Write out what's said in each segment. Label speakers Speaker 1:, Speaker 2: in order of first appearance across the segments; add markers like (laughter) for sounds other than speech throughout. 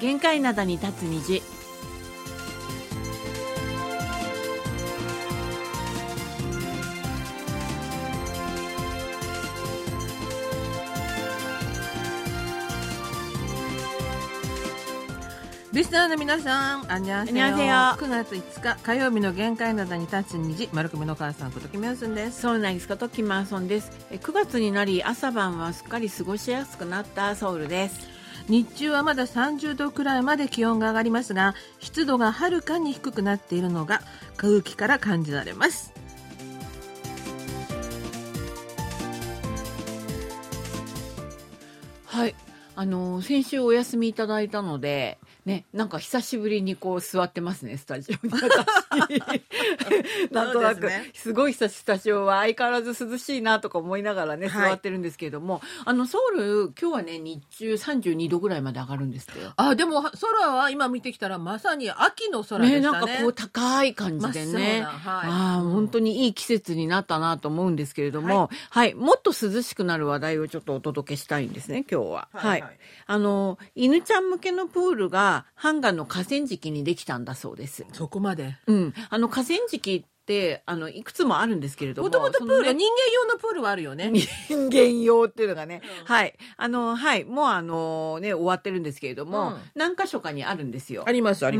Speaker 1: 深海灘に立つ虹
Speaker 2: リスナーの皆さん、あんにゃんせ
Speaker 1: こんにちは
Speaker 2: 9月5日火曜日の限界灘に立つ虹、丸組の母さんことキムヨンスンです。
Speaker 1: そうなんですことキマーソンですえ9月になり朝晩はすっかり過ごしやすくなったソウルです
Speaker 2: 日中はまだ30度くらいまで気温が上がりますが、湿度がはるかに低くなっているのが空気から感じられます。
Speaker 1: はいあの先週お休みいただいたのでね、なんか久しぶりにこう座ってますねスタジオ (laughs) に私なんとな
Speaker 2: そ
Speaker 1: く
Speaker 2: う
Speaker 1: す,、
Speaker 2: ですね
Speaker 1: ごい久しスタジオは相変わらず涼しいなとか思いながらね
Speaker 2: はい
Speaker 1: 座ってるんですけれども、あのソウル今日はね日中32度ぐらいまで上がるんですってよ
Speaker 2: あ、でも空は今見てきたらまさに秋の空で
Speaker 1: ね
Speaker 2: した
Speaker 1: なん
Speaker 2: ね。
Speaker 1: かこう高い感じで
Speaker 2: 真っ青
Speaker 1: ね、
Speaker 2: なはい
Speaker 1: ああ本当にいい季節になったなと思うんですけれども、はいもっと涼しくなる話題をちょっとお届けしたいんですね今日は。
Speaker 2: はいはい
Speaker 1: あの犬ちゃん向けのプールがハンガンの河川敷にできたんだそうです。
Speaker 2: そこまで。
Speaker 1: うん、あの河川敷ってあのいくつもあるんですけれども
Speaker 2: もともとプー
Speaker 1: そ
Speaker 2: ル、
Speaker 1: のね
Speaker 2: 人間用のプールはあるよね。
Speaker 1: 人間用っていうのがね、
Speaker 2: うん
Speaker 1: はいあのはいもうあのね終わってるんですけれども、
Speaker 2: うん
Speaker 1: 何箇所かにあるんですよ。
Speaker 2: り (laughs) ます、あ
Speaker 1: う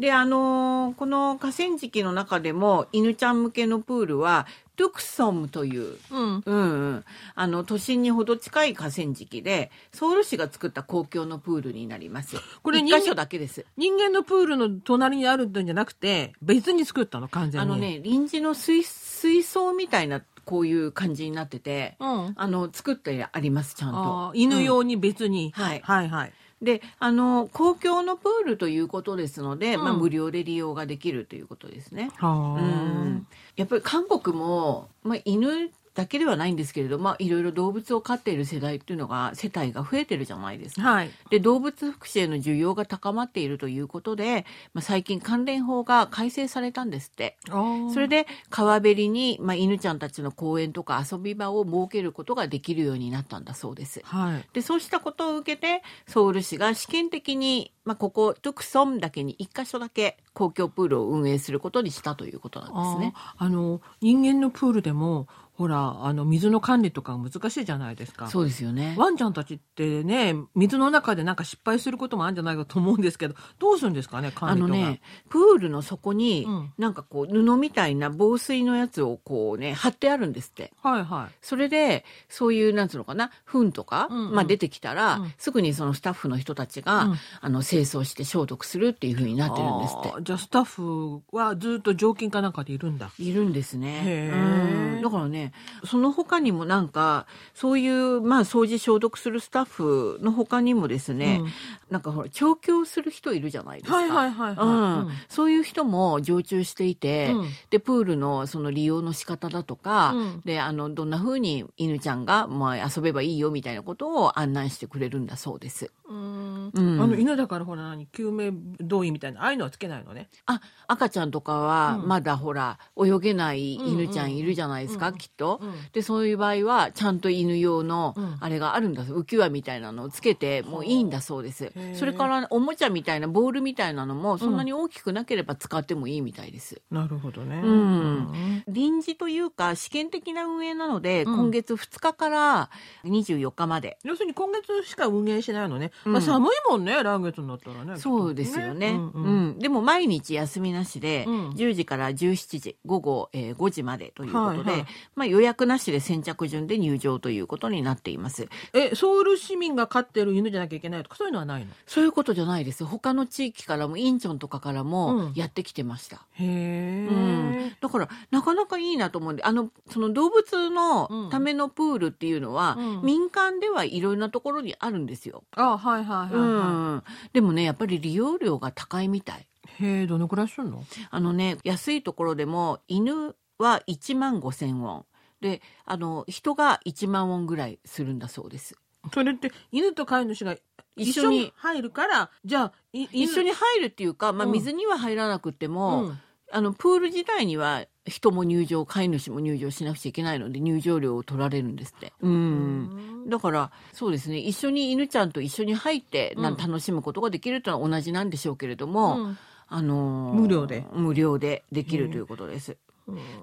Speaker 1: で、あのーこの河川敷の中でも犬ちゃん向けのプールはトゥクソムという、
Speaker 2: うん。
Speaker 1: うんうん、あの都心にほど近い河川敷でソウル市が作った公共のプールになります。
Speaker 2: これ
Speaker 1: 一箇所だけです。
Speaker 2: 人間のプールの隣にあるんじゃなくて、別に作ったの、完全
Speaker 1: あ
Speaker 2: に。
Speaker 1: の。ね臨時の水水槽みたいなこういう感じになってて、
Speaker 2: うん。
Speaker 1: あの作ってありますちゃん
Speaker 2: あ
Speaker 1: と
Speaker 2: ー。犬
Speaker 1: うん
Speaker 2: 用に別に、
Speaker 1: はい
Speaker 2: はいはい
Speaker 1: であの公共のプールということですので、
Speaker 2: うん
Speaker 1: まあ無料で利用ができるということですね。う
Speaker 2: は
Speaker 1: んやっぱり韓国も、まあ、犬だけではないんですけれど、まあ、いろいろ動物を飼っている世代っていうのが世帯が増えてるじゃないですか。
Speaker 2: はい
Speaker 1: で動物福祉への需要が高まっているということで、まあ、最近関連法が改正されたんですって。そ
Speaker 2: そ
Speaker 1: れ
Speaker 2: れで
Speaker 1: で川べりに、まあ、犬ちゃんたちの公園とか遊び場を設けることができるようになったんだそうです。
Speaker 2: はい
Speaker 1: でそうしたことを受けてソウル市が試験的に、まあ、ここトゥクソンだけに1か所だけ公共プールを運営することにしたということなんですね。
Speaker 2: あーあの人間のプールでもほらあの水の管理とか難しいじゃないですか
Speaker 1: そうですよね。
Speaker 2: ワンちゃんたちってね水の中でなんか失敗することもあるんじゃないかと思うんですけどどうするんですかね
Speaker 1: あ
Speaker 2: 管理
Speaker 1: の
Speaker 2: とか
Speaker 1: ね、プールの底に、
Speaker 2: うん
Speaker 1: なんかこう布みたいな防水のやつをこうね貼ってあるんですって。
Speaker 2: はいはい
Speaker 1: それでそういうなんつうのかな糞とか、
Speaker 2: うんうん
Speaker 1: まあ、出てきたら、
Speaker 2: うん
Speaker 1: すぐにそのスタッフの人たちが、
Speaker 2: うん
Speaker 1: あの清掃して消毒するっていうふうになってるんですって
Speaker 2: あ。ーじゃあスタッフはずっと常勤かなんかでいるんだ
Speaker 1: いるんですね
Speaker 2: へ。ー
Speaker 1: うんだからね、その他にもなんか、そういう、まあ、掃除消毒するスタッフの他にもですね、
Speaker 2: うん
Speaker 1: なんかほら、調教する人いるじゃないですか。
Speaker 2: はいはいはいはい
Speaker 1: うん
Speaker 2: うん
Speaker 1: そういう人も常駐していて、
Speaker 2: うん
Speaker 1: で、プールのその利用の仕方だとか、
Speaker 2: うん
Speaker 1: で、あの、どんな風に犬ちゃんが、まあ、遊べばいいよみたいなことを案内してくれるんだそうです。
Speaker 2: うん
Speaker 1: うん
Speaker 2: あの犬だからほら何救命胴衣みたいなああいうのはつけないのね
Speaker 1: あ、赤ちゃんとかは、
Speaker 2: うん
Speaker 1: まだほら、泳げない犬ちゃんいるじゃないですか、
Speaker 2: うんうん
Speaker 1: きっと。
Speaker 2: うん
Speaker 1: でそういう場合はちゃんと犬用の
Speaker 2: うん
Speaker 1: あれがあるんだそう浮き輪みたいなのをつけてもういいんだそうです
Speaker 2: へー
Speaker 1: それからおもちゃみたいなボールみたいなのもそんなに大きくなければ使ってもいいみたいです、
Speaker 2: なるほどね。
Speaker 1: うん臨時というか試験的な運営なので、
Speaker 2: うん
Speaker 1: 今月2日から24日まで
Speaker 2: 要するに今月しか運営しないのね。
Speaker 1: うん
Speaker 2: まあ寒いもんね、来月になったらね。
Speaker 1: そうですよね
Speaker 2: うん
Speaker 1: う
Speaker 2: うんん
Speaker 1: でも毎日休みなしで、
Speaker 2: うん
Speaker 1: 10時から17時午後、えー5時までということで、
Speaker 2: はいはい
Speaker 1: まあ、予約なしで先着順で入場ということになっています
Speaker 2: え、ソウル市民が飼ってる犬じゃなきゃいけないとか、そういうのはないの
Speaker 1: そういうことじゃないです。他の地域からも、インチョンとかからも
Speaker 2: うん
Speaker 1: やってきてました。
Speaker 2: へ
Speaker 1: う
Speaker 2: え。
Speaker 1: ん。だから、なかなかいいなと思うんで、あの、その動物のためのプールっていうのは、
Speaker 2: うん
Speaker 1: 民間ではいろんなところにあるんですよ。
Speaker 2: あ、はいはいはい、
Speaker 1: う
Speaker 2: は
Speaker 1: ん。でもね、やっぱり利用料が高いみたい。
Speaker 2: いへえ、どのくらいするの
Speaker 1: あのね、安いところでも、犬は1万5千ウォン。で、あの、人が1万ウォンぐらいするんだそうです。
Speaker 2: それって、犬と飼い主が
Speaker 1: 一
Speaker 2: 一
Speaker 1: 緒
Speaker 2: 緒
Speaker 1: に
Speaker 2: に入るから、じゃあ、い
Speaker 1: 一緒
Speaker 2: に、
Speaker 1: に入るっていうか、まあ、
Speaker 2: うん
Speaker 1: 水には入らなくて
Speaker 2: う
Speaker 1: も、
Speaker 2: ん、
Speaker 1: あのプール自体には人も入場飼い主も入場しなくちゃいけないので入場料を取られるんですって。うんだからそうですね一緒に犬ちゃんと一緒に入って、なん
Speaker 2: うん
Speaker 1: 楽しむことができるというのは同じなんでしょうけれども、
Speaker 2: うん
Speaker 1: あのー
Speaker 2: 無料で
Speaker 1: 無料でできるということです。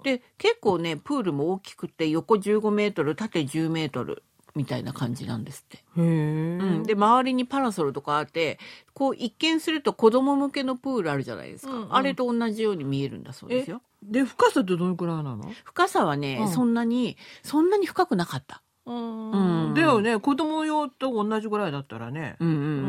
Speaker 2: で
Speaker 1: で結構ねプールも大きくて横15メートル縦10メートルみたいな感じなんですって。
Speaker 2: へ
Speaker 1: うん、
Speaker 2: ー
Speaker 1: で周りにパラソルとかあってこう一見すると子供向けのプールあるじゃないですか、
Speaker 2: うんうん
Speaker 1: あれと同じように見えるんだそうですよ
Speaker 2: で深さってどのくらいなの
Speaker 1: 深さはね、
Speaker 2: うん
Speaker 1: そんなにそんなに深くなかった
Speaker 2: うん
Speaker 1: うん
Speaker 2: だよね子供用と同じぐらいだったらね。
Speaker 1: うんうんう、
Speaker 2: うんんう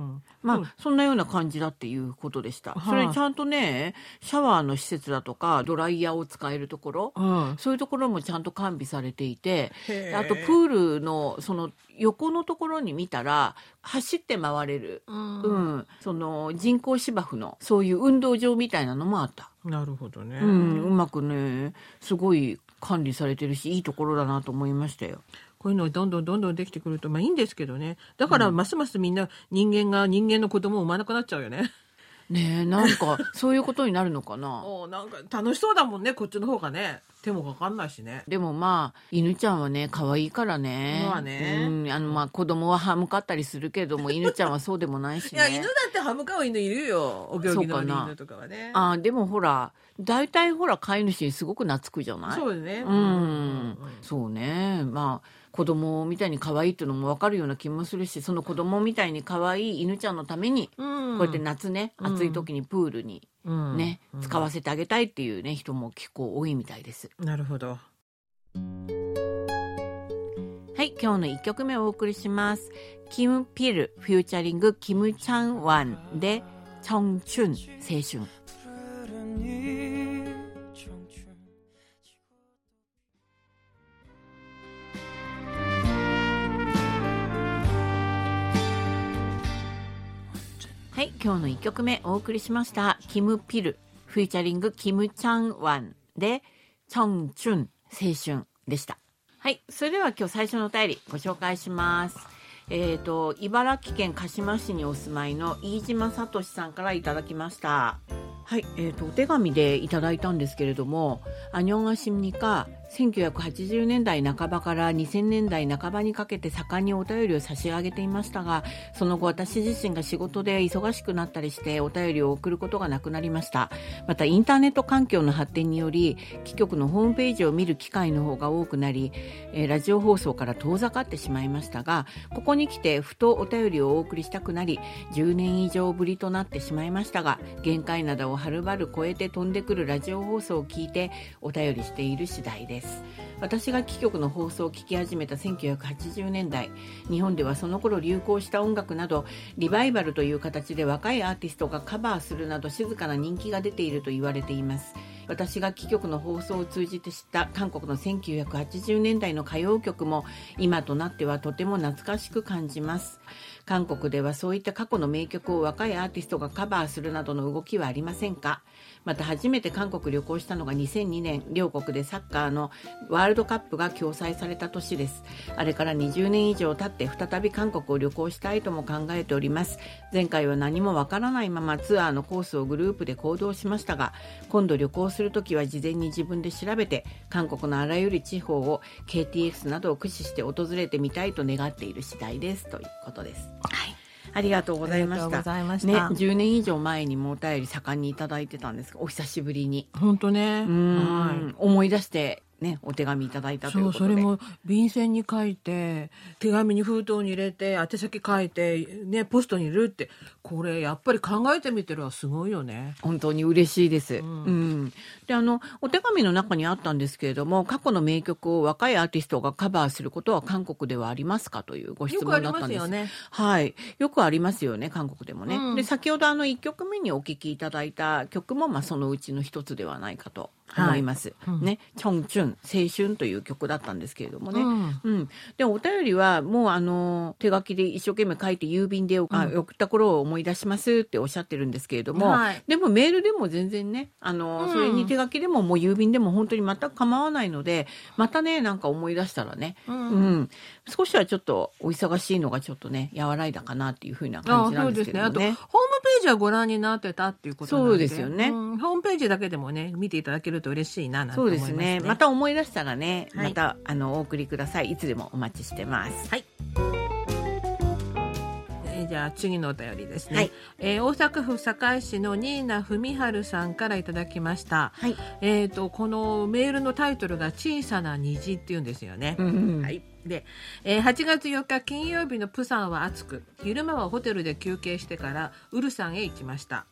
Speaker 2: ん
Speaker 1: まあ、
Speaker 2: うん
Speaker 1: そんなような感じだっていうことでした、
Speaker 2: はい
Speaker 1: それにちゃんとねシャワーの施設だとかドライヤーを使えるところ
Speaker 2: うんうん
Speaker 1: そういうところもちゃんと完備されていて
Speaker 2: へー
Speaker 1: あとプールのその横のところに見たら走って回れるう、
Speaker 2: うん
Speaker 1: その人工芝生のそういう運動場みたいなのもあった、
Speaker 2: んなるほどね。
Speaker 1: うん、うまくねすごい管理されてるしいいところだなと思いましたよ。
Speaker 2: こういうのがどんどんどんどんできてくるとまあいいんですけどねだからますますみんな人間が人間の子供を産まなくなっちゃうよね。
Speaker 1: ねえなんか (laughs) そういうことになるのかな
Speaker 2: (laughs) おなんか楽しそうだもんねこっちの方がね手もかかんないしね。
Speaker 1: でもまあ犬ちゃんはね可愛いからね,、
Speaker 2: まあね
Speaker 1: うん、あのまあ子供は歯向かったりするけども犬ちゃんはそうでもないしね。
Speaker 2: って歯向かう犬いるよお
Speaker 1: 行儀の悪い犬
Speaker 2: とかはね
Speaker 1: あーでもほら大体ほら飼い主にすごく懐くじゃない
Speaker 2: そうよね。
Speaker 1: うん、そうねまあ子供みたいに可愛いっていうのも分かるような気もするしその子供みたいに可愛い犬ちゃんのために、
Speaker 2: うん
Speaker 1: こうやって夏ね
Speaker 2: うん
Speaker 1: 暑い時にプールに
Speaker 2: うん
Speaker 1: ね、
Speaker 2: うん
Speaker 1: 使わせてあげたいっていうね人も結構多いみたいです。
Speaker 2: なるほど。
Speaker 1: はい今日の1曲目をお送りします。キム・ピルフューチャリングキム・チャンワンで「チョン・チュン青春」
Speaker 3: 푸르니 청춘 지고
Speaker 1: はい今日の1曲目お送りしました「キム・ピルフューチャリングキム・チャンワン」で「チョン・チュン青春」でした。はい、それでは今日最初のお便りご紹介します。えっ、と茨城県鹿島市にお住まいの飯島聡さんからいただきました。はい、えっ、とお手紙でいただいたんですけれども、アニョンアシムニカ1980年代半ばから2000年代半ばにかけて盛んにお便りを差し上げていましたが、その後私自身が仕事で忙しくなったりしてお便りを送ることがなくなりました。またインターネット環境の発展により、機局のホームページを見る機会の方が多くなり、えーラジオ放送から遠ざかってしまいましたがここに来てふとお便りをお送りしたくなり10年以上ぶりとなってしまいましたが限界などをはるばる超えて飛んでくるラジオ放送を聞いてお便りしている次第です私が貴局の放送を聞き始めた1980年代日本ではその頃流行した音楽などリバイバルという形で若いアーティストがカバーするなど静かな人気が出ていると言われています私が貴局の放送を通じて知った韓国の1980年代の歌謡曲も今となってはとても懐かしく感じます韓国ではそういった過去の名曲を若いアーティストがカバーするなどの動きはありませんかまた初めて韓国旅行したのが2002年両国でサッカーのワールドカップが共催された年ですあれから20年以上経って再び韓国を旅行したいとも考えております前回は何もわからないままツアーのコースをグループで行動しましたが今度旅行するときは事前に自分で調べて韓国のあらゆる地方を KTX などを駆使して訪れてみたいと願っている次第ですということですありがとうございま
Speaker 2: ありがとうご
Speaker 1: した
Speaker 2: ざいまし
Speaker 1: ね、
Speaker 2: た。
Speaker 1: 10年以上前にもお便り盛んにいただいてたんですがお久しぶりに、
Speaker 2: 本当ね。はい
Speaker 1: うん思い出して、ね、お手紙いただいたというこ
Speaker 2: そ
Speaker 1: と
Speaker 2: う
Speaker 1: で
Speaker 2: それも便箋に書いて手紙に封筒に入れて宛先書いて、ね、ポストに入れるってこれやっぱり考えてみてるはすごいよね。
Speaker 1: 本当に嬉しいです、うんんであのお手紙の中にあったんですけれども過去の名曲を若いアーティストがカバーすることは韓国ではありますかというご質
Speaker 2: よくあ
Speaker 1: 問
Speaker 2: り
Speaker 1: だった
Speaker 2: ま
Speaker 1: ん
Speaker 2: す
Speaker 1: です
Speaker 2: よね。
Speaker 1: はい、よくありますよね韓国でもね、
Speaker 2: うん
Speaker 1: で先ほどあの1曲目にお聴きいただいた曲も、まあ、そのうちの一つではないかと思います、
Speaker 2: はいうん
Speaker 1: ね「チョンチュン青春」という曲だったんですけれどもね、
Speaker 2: うん
Speaker 1: うん、でもお便りはもうあの手書きで一生懸命書いて郵便で、あ送った頃を思い出しますっておっしゃってるんですけれども、
Speaker 2: はい
Speaker 1: でもメールでも全然ねあの、
Speaker 2: うん
Speaker 1: それに手書きでももう郵便でも本当に全く構わないのでまたねなんか思い出したらね、
Speaker 2: う
Speaker 1: うんん少しはちょっとお忙しいのがちょっとね和らいだかなっていうふうな
Speaker 2: あ
Speaker 1: 感じな
Speaker 2: そ
Speaker 1: ん
Speaker 2: う
Speaker 1: で
Speaker 2: ですす
Speaker 1: けれ
Speaker 2: ね。
Speaker 1: ど
Speaker 2: あ
Speaker 1: も
Speaker 2: と、ホー
Speaker 1: ね
Speaker 2: ムページはご覧になってたっていうことなんで。
Speaker 1: そうですよね
Speaker 2: うんホームページだけでもね、見ていただけると嬉しいななんて
Speaker 1: そう
Speaker 2: 思い
Speaker 1: で
Speaker 2: ます
Speaker 1: す
Speaker 2: ね
Speaker 1: ね。また思い出したらね、
Speaker 2: はい
Speaker 1: またあのお送りください。いつでもお待ちしてます。
Speaker 2: はい。えーじゃあ次のお便りですね、
Speaker 1: はい
Speaker 2: えー大阪府堺市のニーナ文春さんからいただきました、
Speaker 1: はい。
Speaker 2: えー、とこのメールのタイトルが「小さな虹」っていうんですよね、
Speaker 1: うん。
Speaker 2: はい、で、えー8月4日金曜日のプサンは暑く昼間はホテルで休憩してからウルサンへ行きました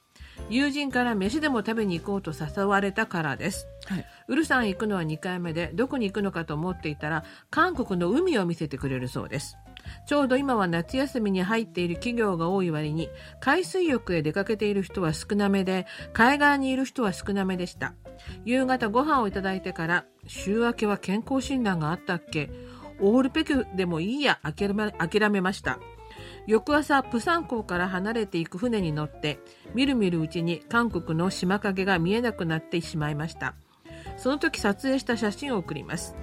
Speaker 2: 友人から飯でも食べに行こうと誘われたからです
Speaker 1: はい。
Speaker 2: ウルサンへ行くのは2回目でどこに行くのかと思っていたら韓国の海を見せてくれるそうですちょうど今は夏休みに入っている企業が多い割に海水浴へ出かけている人は少なめで海岸にいる人は少なめでした夕方ご飯をいただいてから週明けは健康診断があったっけオールペクでもいいや諦め諦めました翌朝プサン港から離れていく船に乗ってみるみるうちに韓国の島影が見えなくなってしまいましたその時撮影した写真を送ります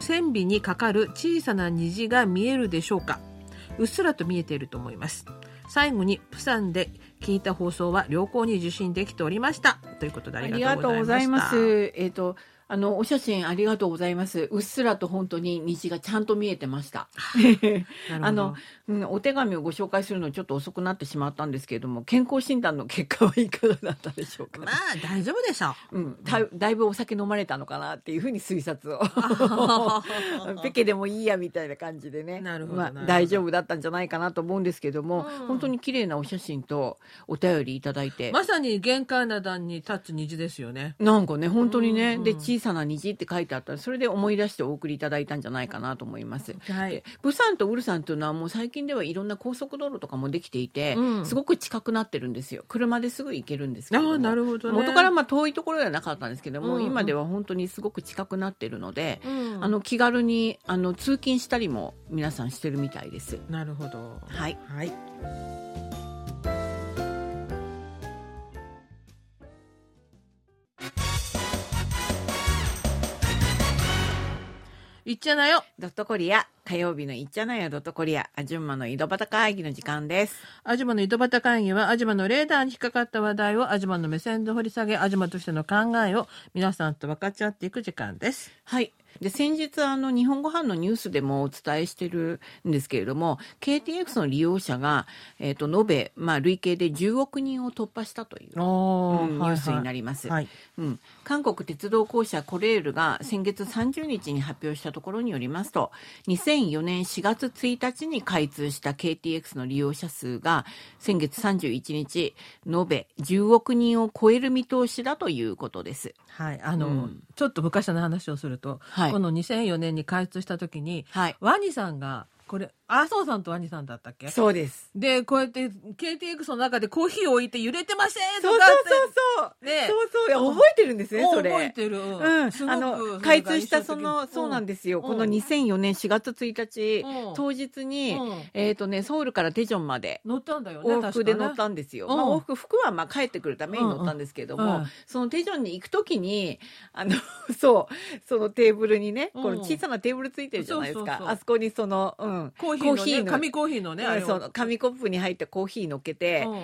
Speaker 2: 船尾にかかる小さな虹が見えるでしょうかうっすらと見えていると思います最後にプサンで聞いた放送は良好に受信できておりましたということで
Speaker 1: あ
Speaker 2: あ
Speaker 1: り
Speaker 2: りが
Speaker 1: が
Speaker 2: と
Speaker 1: とう
Speaker 2: う
Speaker 1: ご
Speaker 2: ござ
Speaker 1: ざい
Speaker 2: い
Speaker 1: ま
Speaker 2: ます
Speaker 1: す。えっ、と、あの、お写真ありがとうございます。うっすらと本当に虹がちゃんと見えてました。
Speaker 2: なるほど
Speaker 1: あの、うん、お手紙をご紹介するのちょっと遅くなってしまったんですけれども、健康診断の結果はいかがだったでしょうか、
Speaker 2: まあ大丈夫でしょ
Speaker 1: (laughs)
Speaker 2: う
Speaker 1: うん、だいだいぶお酒飲まれたのかなっていうふうに推察を
Speaker 2: (laughs)
Speaker 1: ペケでもいいやみたいな感じでね
Speaker 2: なるほど
Speaker 1: ま
Speaker 2: な
Speaker 1: あ
Speaker 2: るほ、ど
Speaker 1: 大丈夫だったんじゃないかなと思うんですけども、
Speaker 2: うん
Speaker 1: 本当に綺麗なお写真とお便りいただいて、
Speaker 2: まさに玄関灘に立つ虹ですよね。
Speaker 1: なんかね本当にね、
Speaker 2: うん
Speaker 1: で小さな虹って書いてあったらそれで思い出してお送りいただいたんじゃないかなと思います。
Speaker 2: は
Speaker 1: で。釜山とウルサンというのはもう最近ではいろんな高速道路とかもできていて、
Speaker 2: うん
Speaker 1: すごく近くなってるんですよ車ですぐ行けるんですけ
Speaker 2: あ
Speaker 1: れども
Speaker 2: あ、なるほどね。
Speaker 1: 元からまあ遠いところではなかったんですけども、
Speaker 2: うんうん
Speaker 1: 今では本当にすごく近くなってるので、
Speaker 2: うん
Speaker 1: あの気軽にあの通勤したりも皆さんしてるみたいです。
Speaker 2: なるほど。
Speaker 1: はい、
Speaker 2: はい。いっちゃなよ。
Speaker 1: ドットコリア火曜日のいっちゃなやドットコリアアジュンマの井戸端会議の時間です。
Speaker 2: アジマの井戸端会議は、アジマのレーダーに引っかかった話題を、アジマの目線で掘り下げ、アジマとしての考えを、皆さんと分かち合っていく時間です。
Speaker 1: はい。で、先日、あの、日本ご飯のニュースでもお伝えしてるんですけれども、KTX の利用者が、えっ、と、延べ、まあ、累計で10億人を突破したという、
Speaker 2: お
Speaker 1: うんニュースになります。
Speaker 2: はい。
Speaker 1: うん、韓国鉄道公社コレールが先月30日に発表したところによりますと2004年4月1日に開通した KTX の利用者数が先月31日延べ10億人を超える見通しだということです。
Speaker 2: はい、あの、
Speaker 1: うん
Speaker 2: ちょっと昔の話をすると、
Speaker 1: はい
Speaker 2: この2004年に開通した時に、
Speaker 1: はい、
Speaker 2: ワニさんがこれ麻生さんとワニさんだったっけ
Speaker 1: そうです
Speaker 2: でこうやって KTX の中でコーヒーを置いて揺れてませんと
Speaker 1: そう
Speaker 2: かって
Speaker 1: そうそう、
Speaker 2: ね
Speaker 1: そうそういや覚えてるんですね
Speaker 2: もう
Speaker 1: それ。
Speaker 2: 覚えてる、う
Speaker 1: うん、
Speaker 2: すごく
Speaker 1: あの開通したその、そうなん
Speaker 2: す
Speaker 1: ですよ、
Speaker 2: うん
Speaker 1: この2004年4月1日、
Speaker 2: うん
Speaker 1: 当日に、
Speaker 2: うん
Speaker 1: えっ、とねソウルからテジョンまで
Speaker 2: 乗ったんだよね
Speaker 1: 往復で
Speaker 2: 確か
Speaker 1: 乗
Speaker 2: ね
Speaker 1: ったんですよ、
Speaker 2: うん
Speaker 1: まあ、往復服はまあ帰ってくるために乗ったんですけども、
Speaker 2: うんうん
Speaker 1: そのテジョンに行く時にあの (laughs) そうそのテーブルにね、
Speaker 2: うん
Speaker 1: この小さなテーブルついてるじゃないですか
Speaker 2: そうそうそう
Speaker 1: あそこにその、うん、
Speaker 2: コーヒーの,、ね、紙
Speaker 1: コ
Speaker 2: コーヒーの
Speaker 1: ー
Speaker 2: ね
Speaker 1: ヒーのう
Speaker 2: あれ
Speaker 1: ん
Speaker 2: を
Speaker 1: その紙コップに入ったコーヒーのっけて、
Speaker 2: うん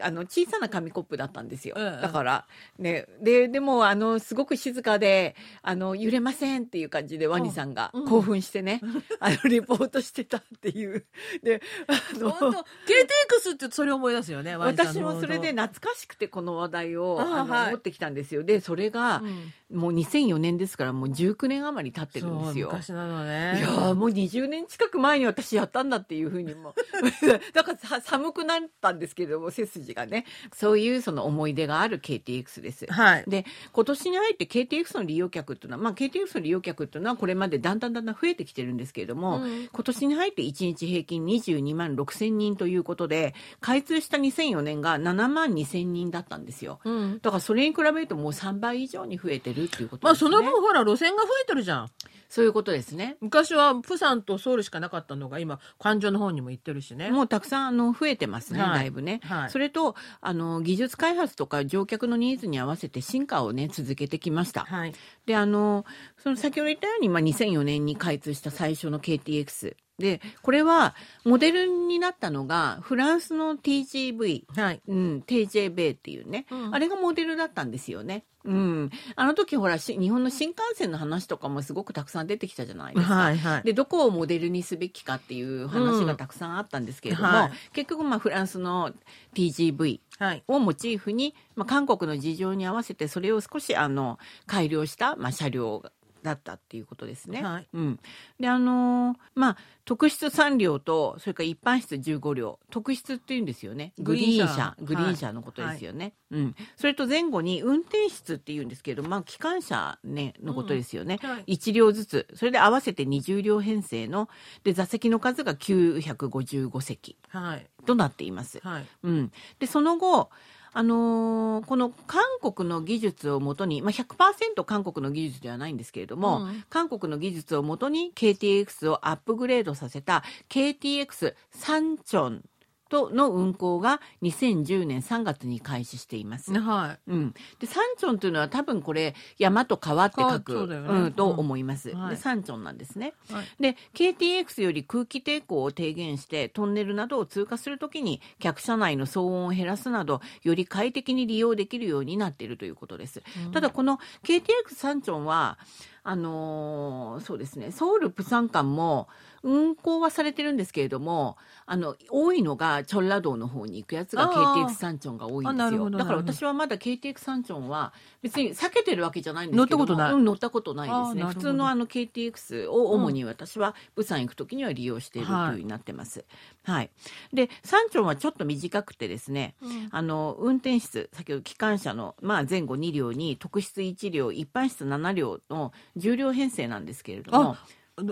Speaker 1: あの小さな紙コップだったんですよ、
Speaker 2: うんうん
Speaker 1: だから、ね、ででもあのすごく静かであの揺れませんっていう感じでワニさんが
Speaker 2: うん
Speaker 1: 興奮してね、あのリポートしてたっていう。であの
Speaker 2: 本当 KTX ってそれを思い出すよねワニさんの
Speaker 1: 私もそれで懐かしくてこの話題を
Speaker 2: あー
Speaker 1: あの
Speaker 2: はい
Speaker 1: 持ってきたんですよでそれが
Speaker 2: うん
Speaker 1: もう2004年ですからもう19年余り経ってるんですよ。
Speaker 2: そう昔なのね
Speaker 1: いやーもう20年近く前に私やったんだっていうふうにも (laughs) だからさ寒くなったんですけれども背筋がねそういうその思い出がある KTX です。
Speaker 2: はい
Speaker 1: で今年に入って KTX の利用客っていうのは、まあ、KTX の利用客っていうのはこれまでだんだんだんだん増えてきてるんですけれども、
Speaker 2: うん
Speaker 1: 今年に入って1日平均22万6千人ということで開通した2004年が7万2千人だったんですよ。
Speaker 2: うん
Speaker 1: だからそれに比べるともう3倍以上に増えてるっていうこと
Speaker 2: まあ
Speaker 1: です
Speaker 2: そ
Speaker 1: ね。
Speaker 2: の分ほら路線が増えてるじゃん
Speaker 1: そういうことですね。
Speaker 2: 昔はプサンとソウルしかなかったのが今環状の方にも行ってるしね
Speaker 1: もうたくさんあの増えてますね、
Speaker 2: はい
Speaker 1: だいぶね、
Speaker 2: はい
Speaker 1: それとあの技術開発とか乗客のニーズに合わせて進化をね続けてきました。
Speaker 2: はい
Speaker 1: であのその先ほど言ったように、まあ、2004年に開通した最初の KTX で、これはモデルになったのがフランスの TGV、
Speaker 2: はい。
Speaker 1: うん、TJB っていうね、
Speaker 2: うん
Speaker 1: あれがモデルだったんですよね。うん。あの時ほら、し日本の新幹線の話とかもすごくたくさん出てきたじゃないですか。
Speaker 2: はいはい。
Speaker 1: でどこをモデルにすべきかっていう話がたくさんあったんですけれども、
Speaker 2: うんはい
Speaker 1: 結局まあフランスの TGV
Speaker 2: はい。
Speaker 1: をモチーフに、まあ、韓国の事情に合わせてそれを少しあの改良した、まあ、車両だったっていうことですね。
Speaker 2: はい
Speaker 1: うん、であのーまあ特質3両とそれから一般室15両特質っていうんですよねグ
Speaker 2: グ
Speaker 1: リ
Speaker 2: リ
Speaker 1: ー
Speaker 2: ー
Speaker 1: ン
Speaker 2: ン
Speaker 1: 車
Speaker 2: 車
Speaker 1: グリーン車のことですよね、うん、それと前後に運転室っていうんですけど、まあ、機関車、ね、のことですよね、
Speaker 2: うんはい
Speaker 1: 1両ずつそれで合わせて20両編成ので座席の数が955席
Speaker 2: はい。
Speaker 1: となっています。
Speaker 2: はい。
Speaker 1: うん、でその後あのーこの韓国の技術をもとに、まあ、100%韓国の技術ではないんですけれども、
Speaker 2: うん
Speaker 1: 韓国の技術をもとに KTX をアップグレードさせた KTX サンチョンとの運行が2010年3月に開始しています。
Speaker 2: は
Speaker 1: うん、で山頂というのは多分これ山と川って書く
Speaker 2: 川そうだよね
Speaker 1: ん、と思います、
Speaker 2: うんは
Speaker 1: で
Speaker 2: い
Speaker 1: 山頂なんですね、
Speaker 2: はい
Speaker 1: で KTX より空気抵抗を低減してトンネルなどを通過するときに客車内の騒音を減らすなどより快適に利用できるようになっているということです、
Speaker 2: うん
Speaker 1: ただこの KTX 山頂はあのーそうですねソウル・プサン間も運行はされてるんですけれどもあの多いのがチョンラ道の方に行くやつが
Speaker 2: あー
Speaker 1: KTX 山頂が多いんで
Speaker 2: あな
Speaker 1: す
Speaker 2: るほ
Speaker 1: よ
Speaker 2: ど
Speaker 1: だから
Speaker 2: なるほど
Speaker 1: 私はまだ KTX サンチョンは別に避けてるわけじゃないんですけど
Speaker 2: 乗ったことない
Speaker 1: うん乗ったことないですね
Speaker 2: あーな
Speaker 1: 普
Speaker 2: るほど
Speaker 1: 通のあの KTX を主に私は釜山行く時には利用しているというようになってます、はいでサンチョンはちょっと短くてですね
Speaker 2: い。うん
Speaker 1: あの運転室先ほど機関車の、まあ、前後2両に特室1両一般室7両の10両編成なんですけれども
Speaker 2: あ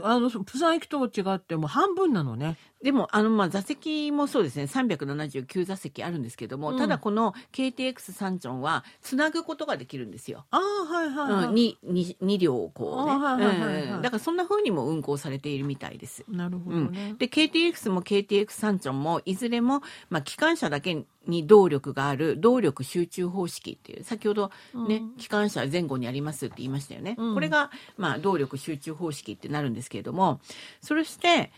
Speaker 2: あの、プサン行きと違って、もう半分なのね。
Speaker 1: でもあのまあ座席もそうですね379座席あるんですけども、
Speaker 2: うん
Speaker 1: ただこの KTX サンチョンはつなぐことができるんですよ。
Speaker 2: ああ、はいはい、はい
Speaker 1: うん、にに2両をこ
Speaker 2: あ
Speaker 1: う
Speaker 2: はい
Speaker 1: ね
Speaker 2: はいはいはい
Speaker 1: うんだからそんな風にも運行されているみたいです。
Speaker 2: なるほどね。
Speaker 1: で KTX も KTX サンチョンもいずれも、まあ、機関車だけに動力がある動力集中方式っていう先ほど、ね
Speaker 2: うん
Speaker 1: 機関車前後にありますって言いましたよね、
Speaker 2: うん
Speaker 1: これが、まあ、動力集中方式ってなるんですけれどもそして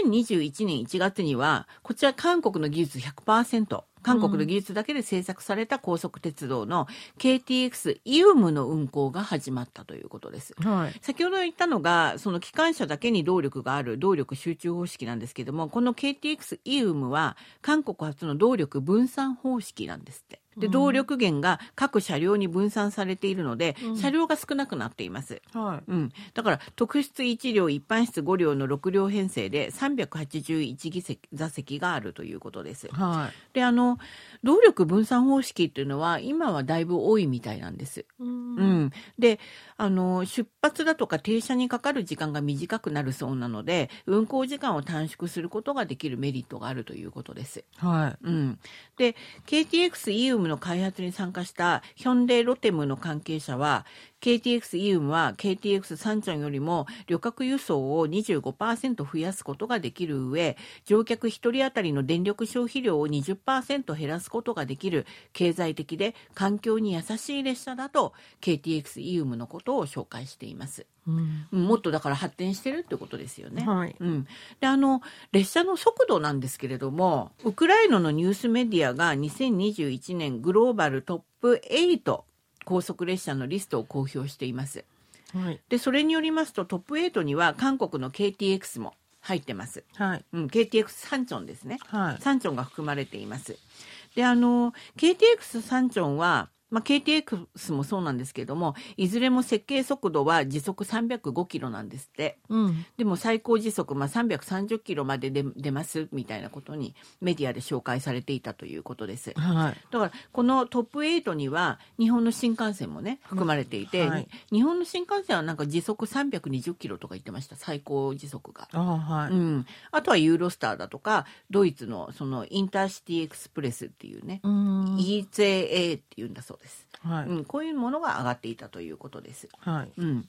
Speaker 1: 2021年1月にはこちら韓国の技術100%韓国の技術だけで製作された高速鉄道の KTX イウムの運行が始まったということです。
Speaker 2: はい。
Speaker 1: 先ほど言ったのがその機関車だけに動力がある動力集中方式なんですけどもこの KTX イウムは韓国初の動力分散方式なんですってで
Speaker 2: うん
Speaker 1: 動力源が各車両に分散されているので、車両が少なくなっています。
Speaker 2: はい。
Speaker 1: うん、だから特質1両一般室5両の6両編成で381議席座席があるということです。
Speaker 2: はい。
Speaker 1: であの動力分散方式っていうのは今はだいぶ多いみたいなんです。
Speaker 2: う。
Speaker 1: うんん、であの出発だとか停車にかかる時間が短くなるそうなので運行時間を短縮することができるメリットがあるということです。
Speaker 2: は
Speaker 1: うん、で KTX イウムの開発に参加したヒョンデロテムの関係者は KTX イウムは KTX サンチョンよりも旅客輸送を25%増やすことができる上乗客1人当たりの電力消費量を20%減らすことができる経済的で環境に優しい列車だと KTX イウムのことを紹介しています。
Speaker 2: い。うん。
Speaker 1: うんもっとだから発展してるってことですよね。
Speaker 2: はい。
Speaker 1: うん、であの列車の速度なんですけれどもウクライナのニュースメディアが2021年グローバルトップ8高速列車のリストを公表しています
Speaker 2: はい。
Speaker 1: でそれによりますとトップ8には韓国の KTX も入ってます、
Speaker 2: はい。
Speaker 1: うん、KTX サンチョンですね
Speaker 2: はい。
Speaker 1: サンチョンが含まれています。で、あの、KTX サンチョンは、まあ、KTX もそうなんですけども、いずれも設計速度は時速305キロなんですって。
Speaker 2: うん。
Speaker 1: でも最高時速、まあ、330キロまで出出ますみたいなことにメディアで紹介されていたということです。
Speaker 2: はい。
Speaker 1: だからこのトップ8には日本の新幹線もね含まれていて、
Speaker 2: はい
Speaker 1: 日本の新幹線はなんか時速320キロとか言ってました最高時速が。
Speaker 2: ああ、は
Speaker 1: う
Speaker 2: い。
Speaker 1: ん、あとはユーロスターだとかドイツのそのインターシティエクスプレスっていうね、
Speaker 2: うん。
Speaker 1: EJA っていうんだそうです、
Speaker 2: はい。
Speaker 1: うん、こういうものが上がっていたということです。
Speaker 2: はい。
Speaker 1: うん、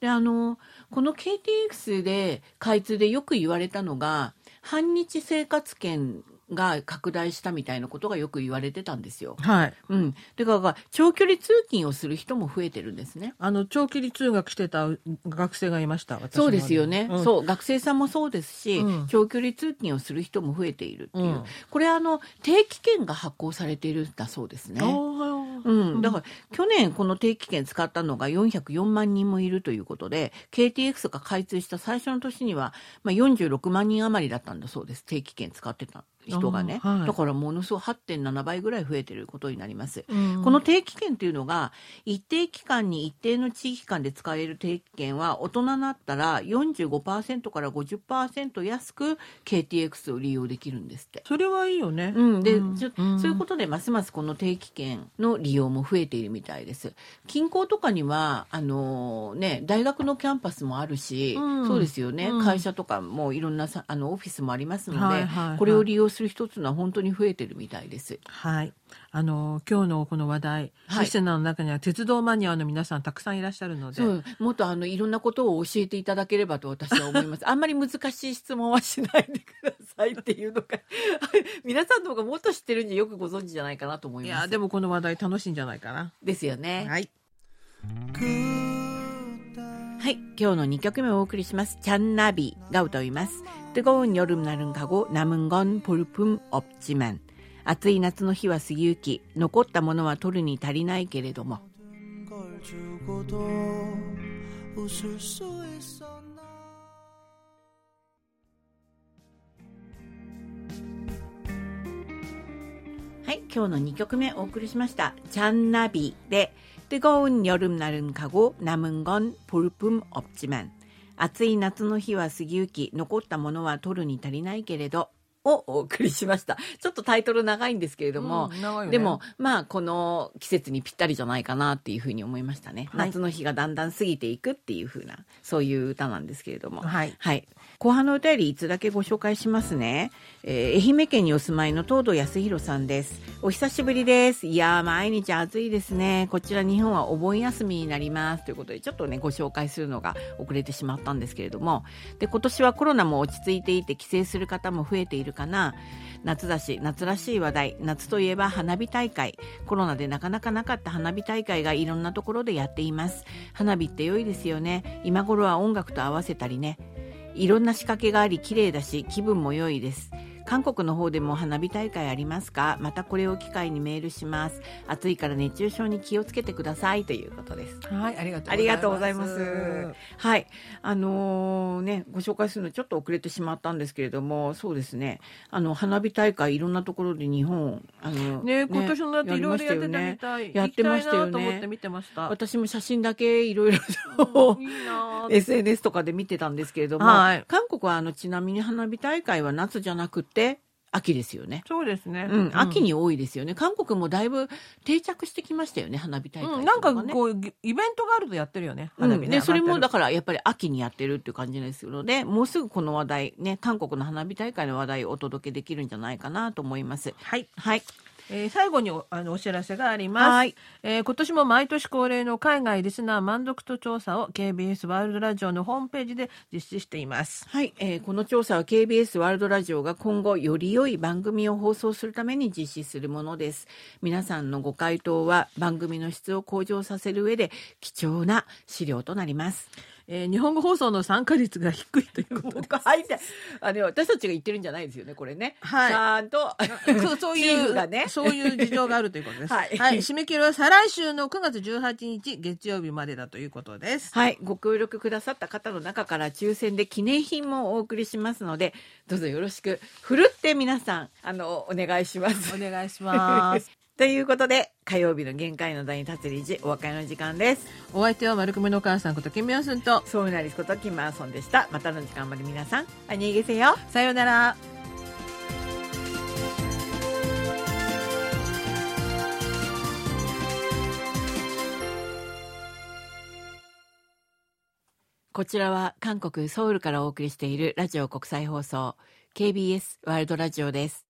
Speaker 1: であのこの KTX で開通でよく言われたのが反日生活圏が拡大したみたいなことがよく言われてたんですよ。
Speaker 2: はい。
Speaker 1: うん、だから長距離通勤をする人も増えてるんですね。
Speaker 2: あの、長距離通学してた学生がいました。私の
Speaker 1: そうですよね、
Speaker 2: うん
Speaker 1: そう学生さんもそうですし、
Speaker 2: うん
Speaker 1: 長距離通勤をする人も増えているっていう、
Speaker 2: うん
Speaker 1: これあの定期券が発行されているんだそうですね
Speaker 2: あ。ー
Speaker 1: うん、だから去年この定期券使ったのが404万人もいるということで KTX が開通した最初の年には、まあ、46万人余りだったんだそうです定期券使ってた人がね、
Speaker 2: あーはい
Speaker 1: だからものすごい8.7倍ぐらい増えてることになります。
Speaker 2: うん
Speaker 1: この定期券というのが一定期間に一定の地域間で使える定期券は大人になったら45%から50%安く KTX を利用できるんですって。
Speaker 2: それはいいよね。
Speaker 1: うん、で、
Speaker 2: うん
Speaker 1: ちょ
Speaker 2: うん
Speaker 1: そういうことでますますこの定期券の利用も増えているみたいです。近郊とかにはあのーね大学のキャンパスもあるし、
Speaker 2: うん
Speaker 1: そうですよね、
Speaker 2: うん
Speaker 1: 会社とかもいろんなさあのオフィスもありますので、
Speaker 2: はいはいはい
Speaker 1: これを利用する人っていうのは本当に増えてるみたいです。
Speaker 2: はい。あの、今日のこの話題、
Speaker 1: はい
Speaker 2: システナーの中には鉄道マニアの皆さんたくさんいらっしゃるので、
Speaker 1: そうもっとあのいろんなことを教えていただければと私は思います。あんまり難しい質問はしないでくださいっていうのが (laughs) 皆さんの方がもっと知ってるんでよくご存知じゃないかなと思い
Speaker 2: い
Speaker 1: ます。
Speaker 2: や、でもこの話題楽しいんじゃないかな。
Speaker 1: ですよね。
Speaker 2: はい。
Speaker 1: は
Speaker 3: 그대
Speaker 1: い、今日の2曲目をお送りします。チャンナビが歌います。뜨거운여름날은가고남은건볼품없지만暑い夏の日は過ぎゆき残ったものは取るに足りないけれども
Speaker 3: 모든 걸 주고도 웃을 수 있었나
Speaker 1: はい、今日の2曲目お送りしました。チャンナビで、뜨거운여름날은가고남은건볼품없지만暑い夏の日は過ぎゆき、残ったものは取るに足りないけれど、をお送りしました。ちょっとタイトル長いんですけれども、
Speaker 2: うん長いよね
Speaker 1: でも、まあ、この季節にぴったりじゃないかなっていうふうに思いましたね。
Speaker 2: はい
Speaker 1: 夏の日がだんだん過ぎていくっていうふうな、そういう歌なんですけれども。
Speaker 2: はい
Speaker 1: はい。後半のお便り、いつだけご紹介しますね。えー愛媛県にお住まいの東堂康弘さんです。お久しぶりです。いやー、毎日暑いですね。こちら日本はお盆休みになります。ということで、ちょっとね、ご紹介するのが遅れてしまったんですけれども。で、今年はコロナも落ち着いていて、帰省する方も増えているかな。夏だし、夏らしい話題。夏といえば花火大会。コロナでなかなかなかった花火大会がいろんなところでやっています。花火って良いですよね。今頃は音楽と合わせたりね。いろんな仕掛けがあり綺麗だし気分も良いです。韓国の方でも花火大会ありますかまたこれを機会にメールします。暑いから熱中症に気をつけてくださいということです。
Speaker 2: はい、ありがとうございます。
Speaker 1: ありがとうございます。はい。あのーね、ご紹介するのちょっと遅れてしまったんですけれども、そうですね。あの、花火大会いろんなところで日本、あの、
Speaker 2: ね、今年のだっていろいろやってたみたい。
Speaker 1: やってましたよね
Speaker 2: 行きいなと思って見てました。
Speaker 1: (laughs) 私も写真だけいろいろと
Speaker 2: うんいいなー
Speaker 1: SNS とかで見てたんですけれども、
Speaker 2: はい
Speaker 1: 韓国はあのちなみに花火大会は夏じゃなくて秋ですよね。
Speaker 2: そうですね。
Speaker 1: うん、秋に多いですよね。韓国もだいぶ定着してきましたよね、花火大会
Speaker 2: う
Speaker 1: と
Speaker 2: ん、なんか
Speaker 1: ね
Speaker 2: こう、ぎイベントがあるとやってるよね。
Speaker 1: う
Speaker 2: 花火
Speaker 1: ん、
Speaker 2: ね
Speaker 1: でそれもだ
Speaker 2: か
Speaker 1: からやっぱり秋にやってるっていう感じですのでもうすぐこの話題ね韓国の花火大会の話題をお届けできるんじゃないかなと思います。
Speaker 2: はい。
Speaker 1: はい、
Speaker 2: えー最後におあのお知らせがあります。
Speaker 1: はい
Speaker 2: えー今年も毎年恒例の海外リスナー満足度調査を KBS ワールドラジオのホームページで実施しています。
Speaker 1: はい、えーこの調査は KBS ワールドラジオが今後より良い番組を放送するために実施するものです。皆さんのご回答は番組の質を向上させる上で貴重な資料となります。
Speaker 2: えー日本語放送の参加率が低いということで。
Speaker 1: (laughs) はい、あの私たちが言ってるんじゃないですよね、これね。
Speaker 2: はい
Speaker 1: ちゃんと
Speaker 2: そうそうい
Speaker 1: チー
Speaker 2: う、
Speaker 1: フがね
Speaker 2: そういう事情があるということです。
Speaker 1: (laughs) はい
Speaker 2: 締め切りは再来週の9月18日月曜日までだということで
Speaker 1: (laughs)
Speaker 2: す。
Speaker 1: はい、ご協力くださった方の中から抽選で記念品もお送りしますので、どうぞよろしく、ふるって皆さん、あの、お願いします (laughs)
Speaker 2: お。願いします。
Speaker 1: ということで、火曜日の限界の第二達理事、お別れの時間です。
Speaker 2: お相手は丸くめのお母さんことキミヨンスンと、
Speaker 1: ソウルナリスことキムアソンでした。またの時間まで皆さん、あにげせよ。
Speaker 2: さようなら。
Speaker 1: こちらは韓国ソウルからお送りしているラジオ国際放送 KBS ワールドラジオです。